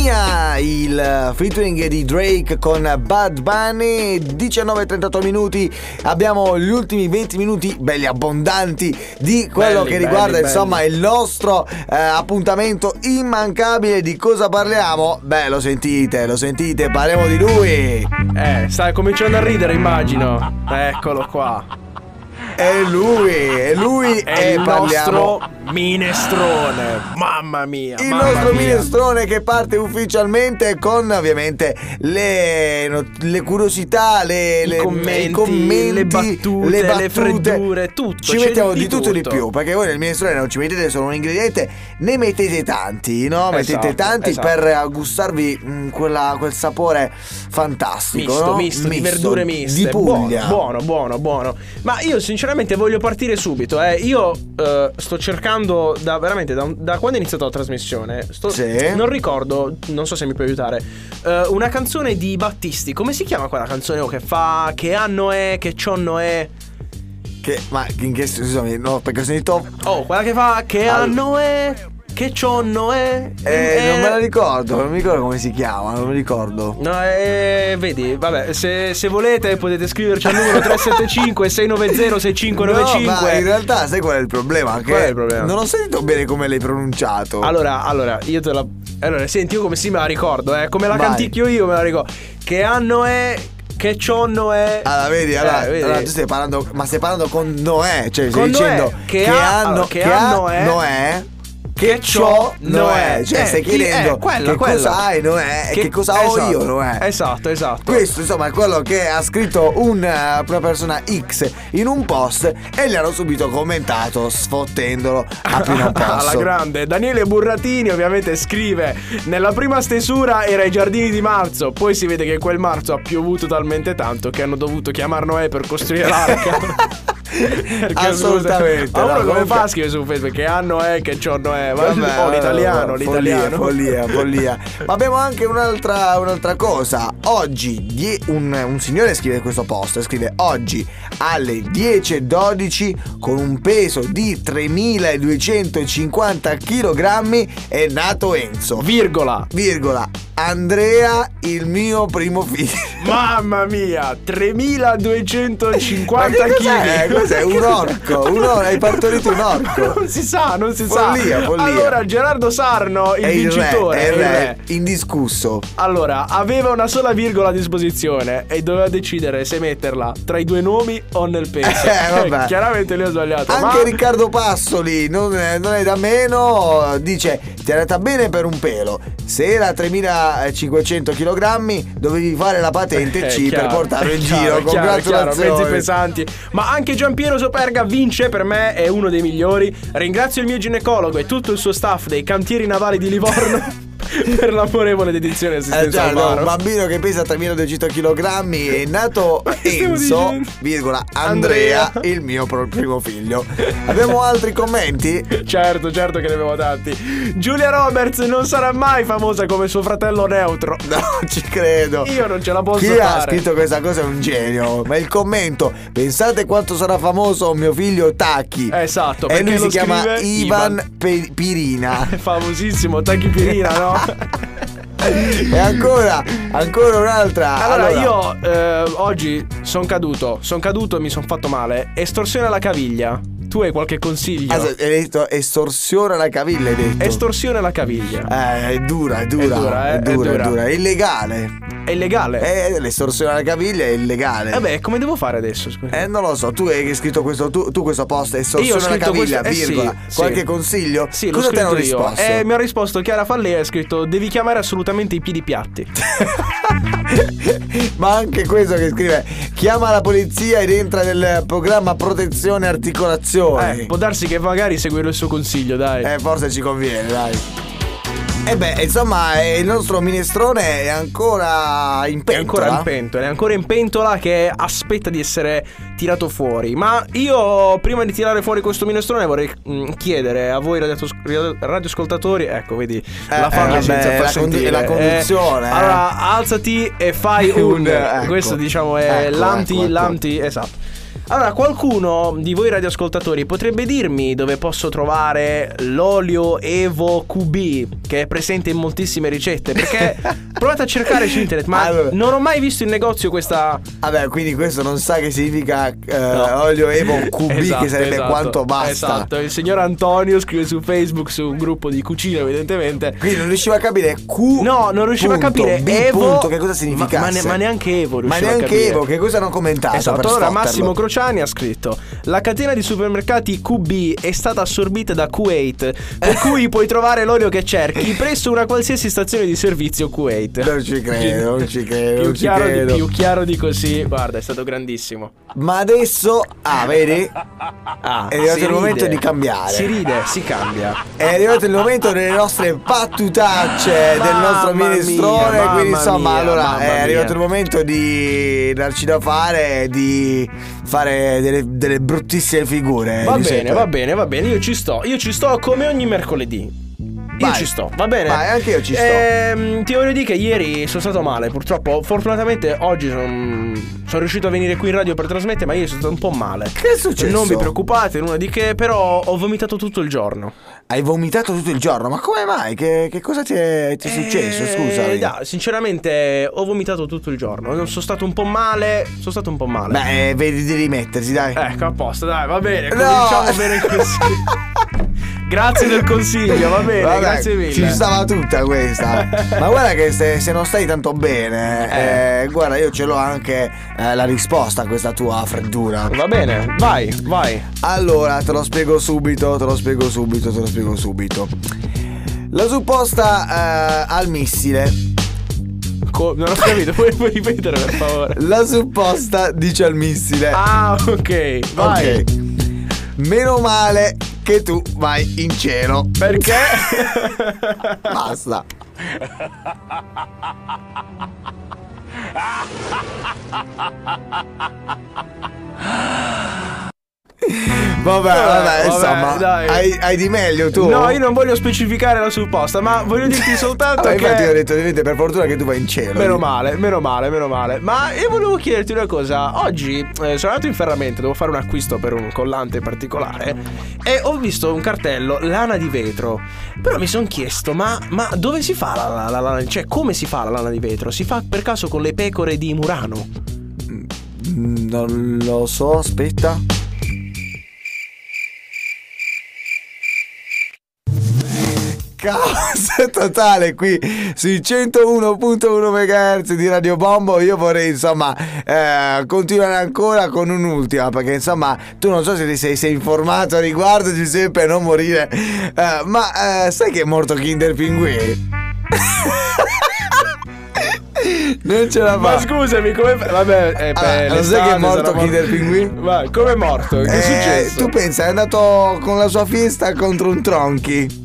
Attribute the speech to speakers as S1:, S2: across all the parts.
S1: Mia, il featuring di Drake con Bad Bunny, 19-38 minuti, abbiamo gli ultimi 20 minuti belli abbondanti di quello
S2: Belli,
S1: che
S2: belli,
S1: riguarda
S2: belli.
S1: insomma il nostro eh, appuntamento immancabile di cosa parliamo? Beh lo sentite, lo sentite, parliamo di lui,
S2: Eh, sta cominciando a ridere, immagino. Eccolo qua.
S1: è lui, è lui
S2: È
S1: e
S2: il
S1: parliamo
S2: nostro minestrone. Mamma mia.
S1: Il
S2: mamma
S1: nostro
S2: mia.
S1: minestrone che parte ufficialmente con ovviamente le, no- le curiosità, le,
S2: I
S1: le-
S2: commenti,
S1: i commenti,
S2: le battute,
S1: le
S2: le
S1: battute.
S2: freddure, tutto,
S1: Ci
S2: c'è
S1: mettiamo
S2: di
S1: di tutto e di
S2: tutto.
S1: più, perché voi nel minestrone non ci mettete solo un ingrediente, ne mettete tanti, no? Mettete
S2: Esatto,
S1: tanti
S2: esatto.
S1: per gustarvi mm, quella- quel sapore fantastico,
S2: Misto,
S1: no?
S2: misto, di verdure miste.
S1: Di Puglia.
S2: Buono, buono, buono, buono. Ma io sinceramente voglio partire subito. Eh. Io eh, sto cercando da veramente da, da quando è iniziata la trasmissione. Sto,
S1: Sì.
S2: Non ricordo, non so se mi puoi aiutare. eh, una canzone di Battisti. Come si chiama quella canzone oh, che fa? Che anno è? Che cionno è?
S1: Che, ma in che scusami, no, perché ho sentito...
S2: Oh, quella che fa? Che
S1: Al-
S2: anno è? Che cionno è?
S1: Eh, non me la ricordo, non mi ricordo come si chiama, non mi ricordo.
S2: No, eh, vedi, vabbè, se, se volete potete scriverci al numero 375 690 6595.
S1: No, ma in realtà sai qual è il problema? Che
S2: Ecco, Qual è il problema?
S1: Non ho sentito bene come l'hai pronunciato.
S2: Allora, allora, io te la. Allora, senti, io come si me la ricordo, eh. Come la
S1: Vai.
S2: canticchio io me la ricordo. Che anno è. Che cionno è.
S1: Allora, vedi,
S2: Eh,
S1: allora,
S2: vedi.
S1: allora tu stai parlando, ma stai parlando con Noè, cioè
S2: Con
S1: stai
S2: Noè,
S1: dicendo
S2: che ha-
S1: hanno-
S2: allora, che
S1: ha
S2: hanno è-
S1: Noè, che
S2: che
S1: ciò
S2: c'ho
S1: Noè, cioè
S2: Eh,
S1: stai
S2: chi- eh,
S1: chiedendo
S2: quella,
S1: che
S2: quella.
S1: cosa hai Noè e eh, che, cosa ho
S2: esatto,
S1: io eh? Noè.
S2: Esatto, esatto.
S1: Questo insomma è quello che ha scritto un, eh, una persona X in un post e gli hanno subito commentato sfottendolo a più non posso.
S2: Alla grande, Daniele Burratini ovviamente scrive: Nella prima stesura era i giardini di marzo. Poi si vede che quel marzo ha piovuto talmente tanto che hanno dovuto chiamar Noè per costruire l'arca. Perché, scusa,
S1: Assolutamente,
S2: Ma
S1: no,
S2: uno come
S1: comunque-
S2: fa a scrivere su Facebook che anno è, che giorno è? Ma
S1: Vabbè,
S2: oh, l'italiano,
S1: vabbè,
S2: l'italiano.
S1: Follia, follia, follia. Ma abbiamo anche un'altra, un'altra cosa. Oggi die- un, un signore scrive questo post, scrive oggi alle 10.12 con un peso di 3.250 kg è nato Enzo.
S2: Virgola.
S1: Virgola. Andrea, il mio primo figlio.
S2: Mamma mia, 3250
S1: Ma che cos'è? Eh,
S2: kg.
S1: Cos'è? Un orco, un orco, hai partorito un orco.
S2: Non si sa, non si
S1: Follia,
S2: sa.
S1: follia.
S2: Allora, Gerardo Sarno, il
S1: È il re,
S2: vincitore,
S1: è il
S2: il
S1: re,
S2: re.
S1: indiscusso.
S2: Allora, aveva una sola virgola a disposizione e doveva decidere se metterla tra i due nomi o nel peso.
S1: Eh, vabbè.
S2: Chiaramente lui ha sbagliato.
S1: Anche
S2: ma...
S1: Riccardo Passoli, non, eh, non è da meno, dice ti è andata bene per un pelo. Se era 3500 kg dovevi fare la patente
S2: Eh,
S1: C per
S2: chiaro,
S1: portarlo in
S2: chiaro,
S1: giro.
S2: chiaro, chiaro, mezzi
S1: Congratulazioni.
S2: pesanti. Ma anche Giampiero Soperga vince per me, è uno dei migliori. Ringrazio il mio ginecologo e tutto il suo staff dei cantieri navali di Livorno per l'amorevole dedizione e
S1: Eh,
S2: assistenza
S1: già,
S2: al
S1: no, un
S2: varo.
S1: bambino che pesa 3200 kg è nato
S2: che stiamo
S1: Enzo,
S2: dicendo?
S1: virgola, Andrea,
S2: Andrea.
S1: il mio pro- primo figlio. Abbiamo altri commenti?
S2: Certo, certo che ne avevo tanti. Giulia Roberts non sarà mai famosa come suo fratello neutro.
S1: No, ci credo.
S2: Io non ce la posso
S1: Chi ha
S2: fare.
S1: scritto questa cosa è un genio. Ma il commento, pensate quanto sarà famoso mio figlio Tacchi.
S2: Esatto,
S1: E
S2: perché
S1: lui si
S2: lo
S1: chiama
S2: scrive
S1: Ivan, Pe- Pirina.
S2: Famosissimo, Tacchi Pirina, no?
S1: e ancora, ancora un'altra.
S2: Allora, io eh, oggi sono caduto, sono caduto e mi sono fatto male. Estorsione alla caviglia. Tu hai qualche consiglio?
S1: Ah, hai detto estorsione alla caviglia, hai detto.
S2: Estorsione alla caviglia.
S1: eh, è dura, è dura,
S2: È dura, eh,
S1: è, dura,
S2: è
S1: è
S2: dura.
S1: dura. È illegale.
S2: È illegale.
S1: Eh, l'estorsione alla caviglia è illegale.
S2: Vabbè, come devo fare adesso? Scusa.
S1: Eh, non lo so, tu hai scritto questo, tu, tu questo post è
S2: Io ho
S1: estorsione alla
S2: scritto
S1: caviglia,
S2: questo- eh, sì,
S1: virgola.
S2: sì.
S1: Qualche consiglio?
S2: Sì, l'ho
S1: Cosa te
S2: scritto
S1: hanno
S2: io.
S1: risposto?
S2: Eh, mi ha risposto Chiara Fallea, ha scritto "Devi chiamare assolutamente i piedi
S1: Eh.
S2: piatti".
S1: Ma anche questo che scrive Chiama la polizia ed entra nel programma protezione e articolazione
S2: Eh, può darsi che magari seguire il suo consiglio, dai.
S1: Eh, forse ci conviene dai E beh insomma eh, il nostro minestrone è ancora in pentola
S2: È ancora in pentola, è ancora in pentola che aspetta di essere tirato fuori. Ma io prima di tirare fuori questo minestrone vorrei mm, chiedere a voi radiatos- radio- radioascoltatori, ecco, vedi, la
S1: eh,
S2: farmacia
S1: vabbè,
S2: senza far
S1: la condu-
S2: sentire.
S1: la
S2: Eh,
S1: conduzione, eh.
S2: allora, alzati e fai un.
S1: Un, ecco,
S2: questo diciamo è
S1: ecco,
S2: l'anti,
S1: ecco, ecco.
S2: l'anti, esatto. Allora, qualcuno di voi radioascoltatori potrebbe dirmi dove posso trovare l'olio Evo QB, che è presente in moltissime ricette? Perché provate a cercare su internet, ma
S1: Allora.
S2: non ho mai visto in negozio questa.
S1: Vabbè, Ah quindi questo non sa che significa eh,
S2: No.
S1: olio Evo QB,
S2: Esatto,
S1: che sarebbe
S2: esatto,
S1: quanto basta.
S2: Esatto, il signor Antonio scrive su Facebook, su un gruppo di cucina, evidentemente.
S1: Quindi non riusciva a capire Q.
S2: No, non riuscivo a
S1: punto,
S2: capire
S1: B
S2: Evo-
S1: punto, che cosa
S2: ma-
S1: significasse.
S2: ma ne- ma neanche
S1: Ma
S2: Evo riusciva a
S1: neanche
S2: capire.
S1: Evo, che cosa hanno commentato? per
S2: Esatto, allora
S1: sfotterlo?
S2: Massimo Crociani ha scritto La catena di supermercati QB è stata assorbita da Kuwait Per cui puoi trovare l'olio che cerchi presso una qualsiasi stazione di servizio Kuwait
S1: Non ci credo, non ci credo,
S2: Più
S1: non ci
S2: chiaro di-
S1: credo.
S2: più chiaro di così Guarda, è stato grandissimo
S1: Ma adesso. Ah, vedi?
S2: Ah,
S1: È arrivato
S2: si
S1: il momento
S2: ride.
S1: di cambiare.
S2: Si ride, si cambia
S1: È arrivato il momento delle nostre battutacce del nostro
S2: Mamma
S1: minestrone.
S2: mia, mamma
S1: quindi, insomma,
S2: mia,
S1: allora
S2: mamma
S1: è arrivato
S2: mia.
S1: il momento di darci da fare, di fare delle, delle bruttissime figure.
S2: Va
S1: di
S2: bene,
S1: sempre.
S2: va bene, va bene, io ci sto, io ci sto come ogni mercoledì. Io
S1: Vai.
S2: ci sto, va bene.
S1: Vai, anche io ci sto.
S2: Ehm, ti voglio dire che ieri sono stato male, purtroppo. Fortunatamente oggi sono riuscito a venire qui in radio per trasmettere, ma ieri sono stato un po' male.
S1: Che è successo?
S2: Non vi preoccupate, nulla di che, però ho vomitato tutto il giorno.
S1: Hai vomitato tutto il giorno, ma come mai? Che, che cosa ti è, ti è successo?
S2: Eh,
S1: Scusami.
S2: da, sinceramente ho vomitato tutto il giorno. Non sono stato un po' male, sono stato un po' male.
S1: Beh, eh, vedi di rimettersi, dai.
S2: Ecco, a posto, dai, va bene,
S1: No!
S2: cominciamo bene così. grazie del consiglio, va bene,
S1: Vabbè,
S2: grazie mille.
S1: Ci stava tutta questa. Ma guarda che se, se non stai tanto bene,
S2: Eh.
S1: eh, guarda, io ce l'ho anche eh, la risposta a questa tua freddura.
S2: Va bene, vai, vai.
S1: Allora, te lo spiego subito, te lo spiego subito, te lo spiego subito. La supposta eh, al missile.
S2: Co- non ho capito, puoi, puoi ripetere per favore.
S1: La supposta dice al missile.
S2: Ah, ok, vai.
S1: ok. Meno male che tu vai in cielo.
S2: Perché?
S1: Basta. Eh, Vabbè, vabbè,
S2: Vabbè,
S1: insomma,
S2: dai.
S1: Hai, hai di meglio tu?
S2: No, io non voglio specificare la supposta, ma voglio dirti soltanto
S1: Vabbè, Ah, infatti ho
S2: che
S1: detto, "Niente, per fortuna che tu vai in cielo.
S2: Meno male, meno male, meno male. Ma io volevo chiederti una cosa. Oggi eh, sono andato in ferramenta, devo fare un acquisto per un collante particolare. E ho visto un cartello lana di vetro. Però mi sono chiesto: ma, ma dove si fa la, la- la lana? Cioè, come si fa la lana di vetro? Si fa per caso con le pecore di Murano?
S1: Mm, Non lo so, aspetta. Caos totale qui sui 101.1 MHz di Radio Bombo. Io vorrei insomma eh, continuare ancora con un'ultima perché insomma tu non so se ti sei, sei informato a riguardo Giuseppe non morire. Eh, ma eh, sai che è morto Kinder Pinguini? non ce la fa.
S2: Ma scusami, come. Vabbè, eh,
S1: Allora,
S2: beh,
S1: lo sai che è
S2: l'estate
S1: morto
S2: sarà
S1: Kinder Pinguin?
S2: Ma come è morto? Che è
S1: Eh,
S2: successo?
S1: Tu pensa, è andato con la sua fiesta contro un tronchi.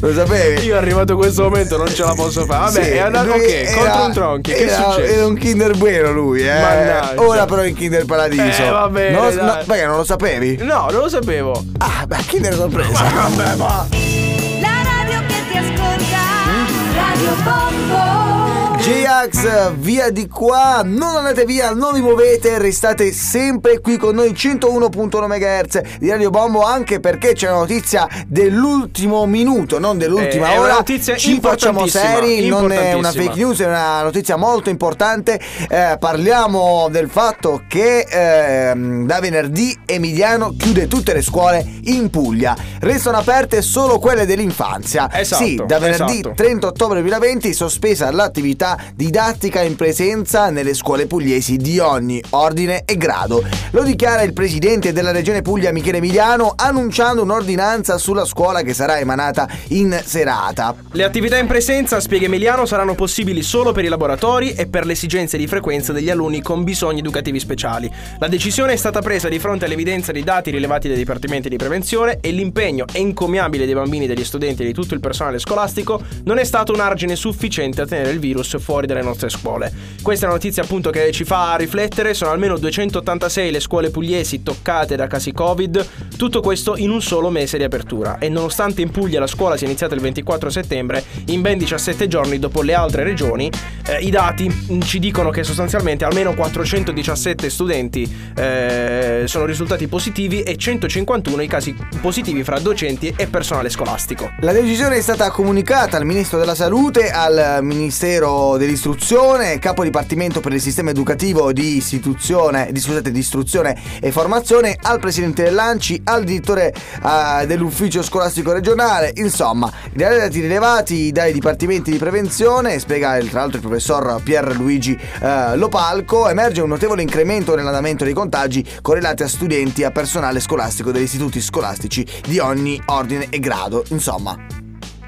S1: Lo sapevi?
S2: Io arrivato a questo momento non ce la posso fare. Vabbè,
S1: Sì,
S2: è andato.
S1: lui
S2: Ok,
S1: era-
S2: contro un tronchi. Che è
S1: era-
S2: successo?
S1: Era un Kinder Bueno lui, eh.
S2: Mannaggia.
S1: Ora però è in Kinder Paradiso.
S2: Eh, va bene,
S1: Non lo-
S2: dai.
S1: no, perché non lo sapevi?
S2: No, non lo sapevo.
S1: Ah, beh, Kinder sorpresa.
S2: Vabbè, ma.
S3: La radio che ti ascolta, Radio Pompo.
S1: J-Ax, via di qua, non andate via, non vi muovete, restate sempre qui con noi 101.1 MHz di Radio Bombo anche perché c'è una notizia dell'ultimo minuto, non dell'ultima
S2: Eh, è una
S1: ora.
S2: notizia
S1: Ci facciamo
S2: importantissima,
S1: seri, non è una
S2: importantissima.
S1: fake news, è una notizia molto importante. Eh, parliamo del fatto che ehm, da venerdì Emiliano chiude tutte le scuole in Puglia. Restano aperte solo quelle dell'infanzia.
S2: Esatto,
S1: sì, da venerdì
S2: esatto.
S1: 30 ottobre 2020 sospesa l'attività didattica in presenza nelle scuole pugliesi di ogni ordine e grado. Lo dichiara il presidente della regione Puglia Michele Emiliano annunciando un'ordinanza sulla scuola che sarà emanata in serata.
S2: Le attività in presenza, spiega Emiliano, saranno possibili solo per i laboratori e per le esigenze di frequenza degli alunni con bisogni educativi speciali. La decisione è stata presa di fronte all'evidenza di dati rilevati dai dipartimenti di prevenzione e l'impegno encomiabile dei bambini, degli studenti e di tutto il personale scolastico non è stato un argine sufficiente a tenere il virus fuori dalle nostre scuole. Questa è una notizia appunto che ci fa riflettere, sono almeno 286 le scuole pugliesi toccate da casi Covid, tutto questo in un solo mese di apertura e nonostante in Puglia la scuola sia iniziata il 24 settembre, in ben 17 giorni dopo le altre regioni, eh, i dati mm, ci dicono che sostanzialmente almeno 417 studenti eh, sono risultati positivi e 151 i casi positivi fra docenti e personale scolastico.
S1: La decisione è stata comunicata al Ministro della Salute, al Ministero dell'Istruzione, capo dipartimento per il sistema educativo di istituzione, di, scusate, di istruzione e formazione, al Presidente dell'Anci, al direttore eh, dell'Ufficio Scolastico Regionale, insomma, i dati rilevati dai dipartimenti di prevenzione, spiega il- tra l'altro il professor Pierluigi eh, Lopalco, emerge un notevole incremento nell'andamento dei contagi correlati a studenti e a personale scolastico degli istituti scolastici di ogni ordine e grado, insomma.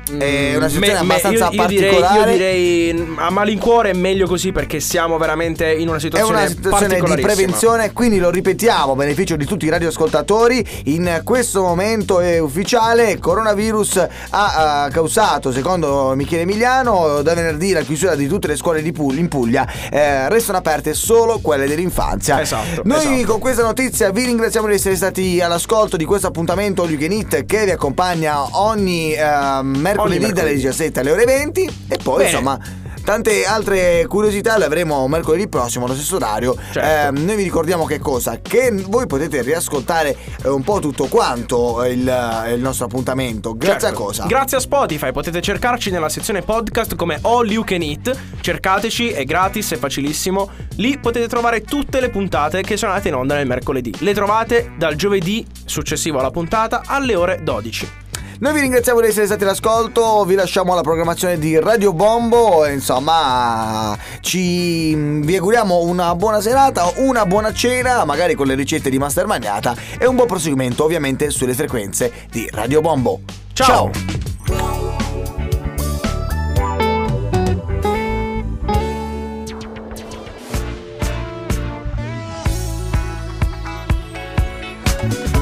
S1: Mm. È una situazione abbastanza
S2: io, io
S1: particolare.
S2: Direi, io direi mm, a malincuore è meglio così perché siamo veramente in una
S1: È
S2: situazione
S1: una situazione di
S2: particolarissima.
S1: prevenzione, quindi lo ripetiamo a beneficio di tutti i radioascoltatori. In questo momento è ufficiale: il coronavirus ha eh, causato, secondo Michele Emiliano, da venerdì la chiusura di tutte le scuole di Puglia, in Puglia. eh, restano aperte solo quelle dell'infanzia.
S2: Esatto,
S1: Noi
S2: esatto.
S1: con questa notizia vi ringraziamo di essere stati all'ascolto di questo appuntamento All You Can Eat che vi accompagna ogni eh, mercoledì dalle
S2: mercoledì.
S1: 17 alle ore 20 e poi
S2: Bene.
S1: insomma tante altre curiosità le avremo mercoledì prossimo allo stesso orario.
S2: Certo.
S1: Eh, noi vi ricordiamo che cosa? Che voi potete riascoltare eh, un po' tutto quanto eh, il, eh, il nostro appuntamento. Grazie
S2: Certo.
S1: a cosa?
S2: Grazie a Spotify, potete cercarci nella sezione podcast come All You Can Eat, cercateci, è gratis, è facilissimo, lì potete trovare tutte le puntate che sono andate in onda nel mercoledì, le trovate dal giovedì successivo alla puntata alle ore 12.
S1: Noi vi ringraziamo di essere stati all'ascolto, vi lasciamo alla programmazione di Radio Bombo e insomma ci, vi auguriamo una buona serata, una buona cena, magari con le ricette di Master Magnata e un buon proseguimento ovviamente sulle frequenze di Radio Bombo.
S2: Ciao!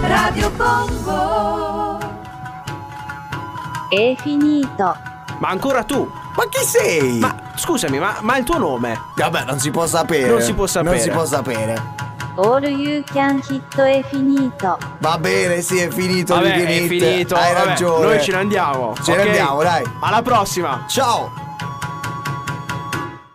S3: Radio Bombo
S4: È finito.
S2: Ma ancora tu?
S1: Ma chi sei?
S2: Ma scusami, ma, ma il tuo nome?
S1: Vabbè, non si può sapere.
S2: Non si può sapere.
S1: Non si può sapere.
S4: All You Can Hit è finito.
S1: Va bene, sì, è finito.
S2: Vabbè,
S1: Liquid
S2: è
S1: Hit.
S2: finito.
S1: Hai
S2: vabbè,
S1: ragione.
S2: Noi ce ne andiamo.
S1: Ce ne
S2: ok?
S1: andiamo, dai.
S2: Alla prossima.
S1: Ciao.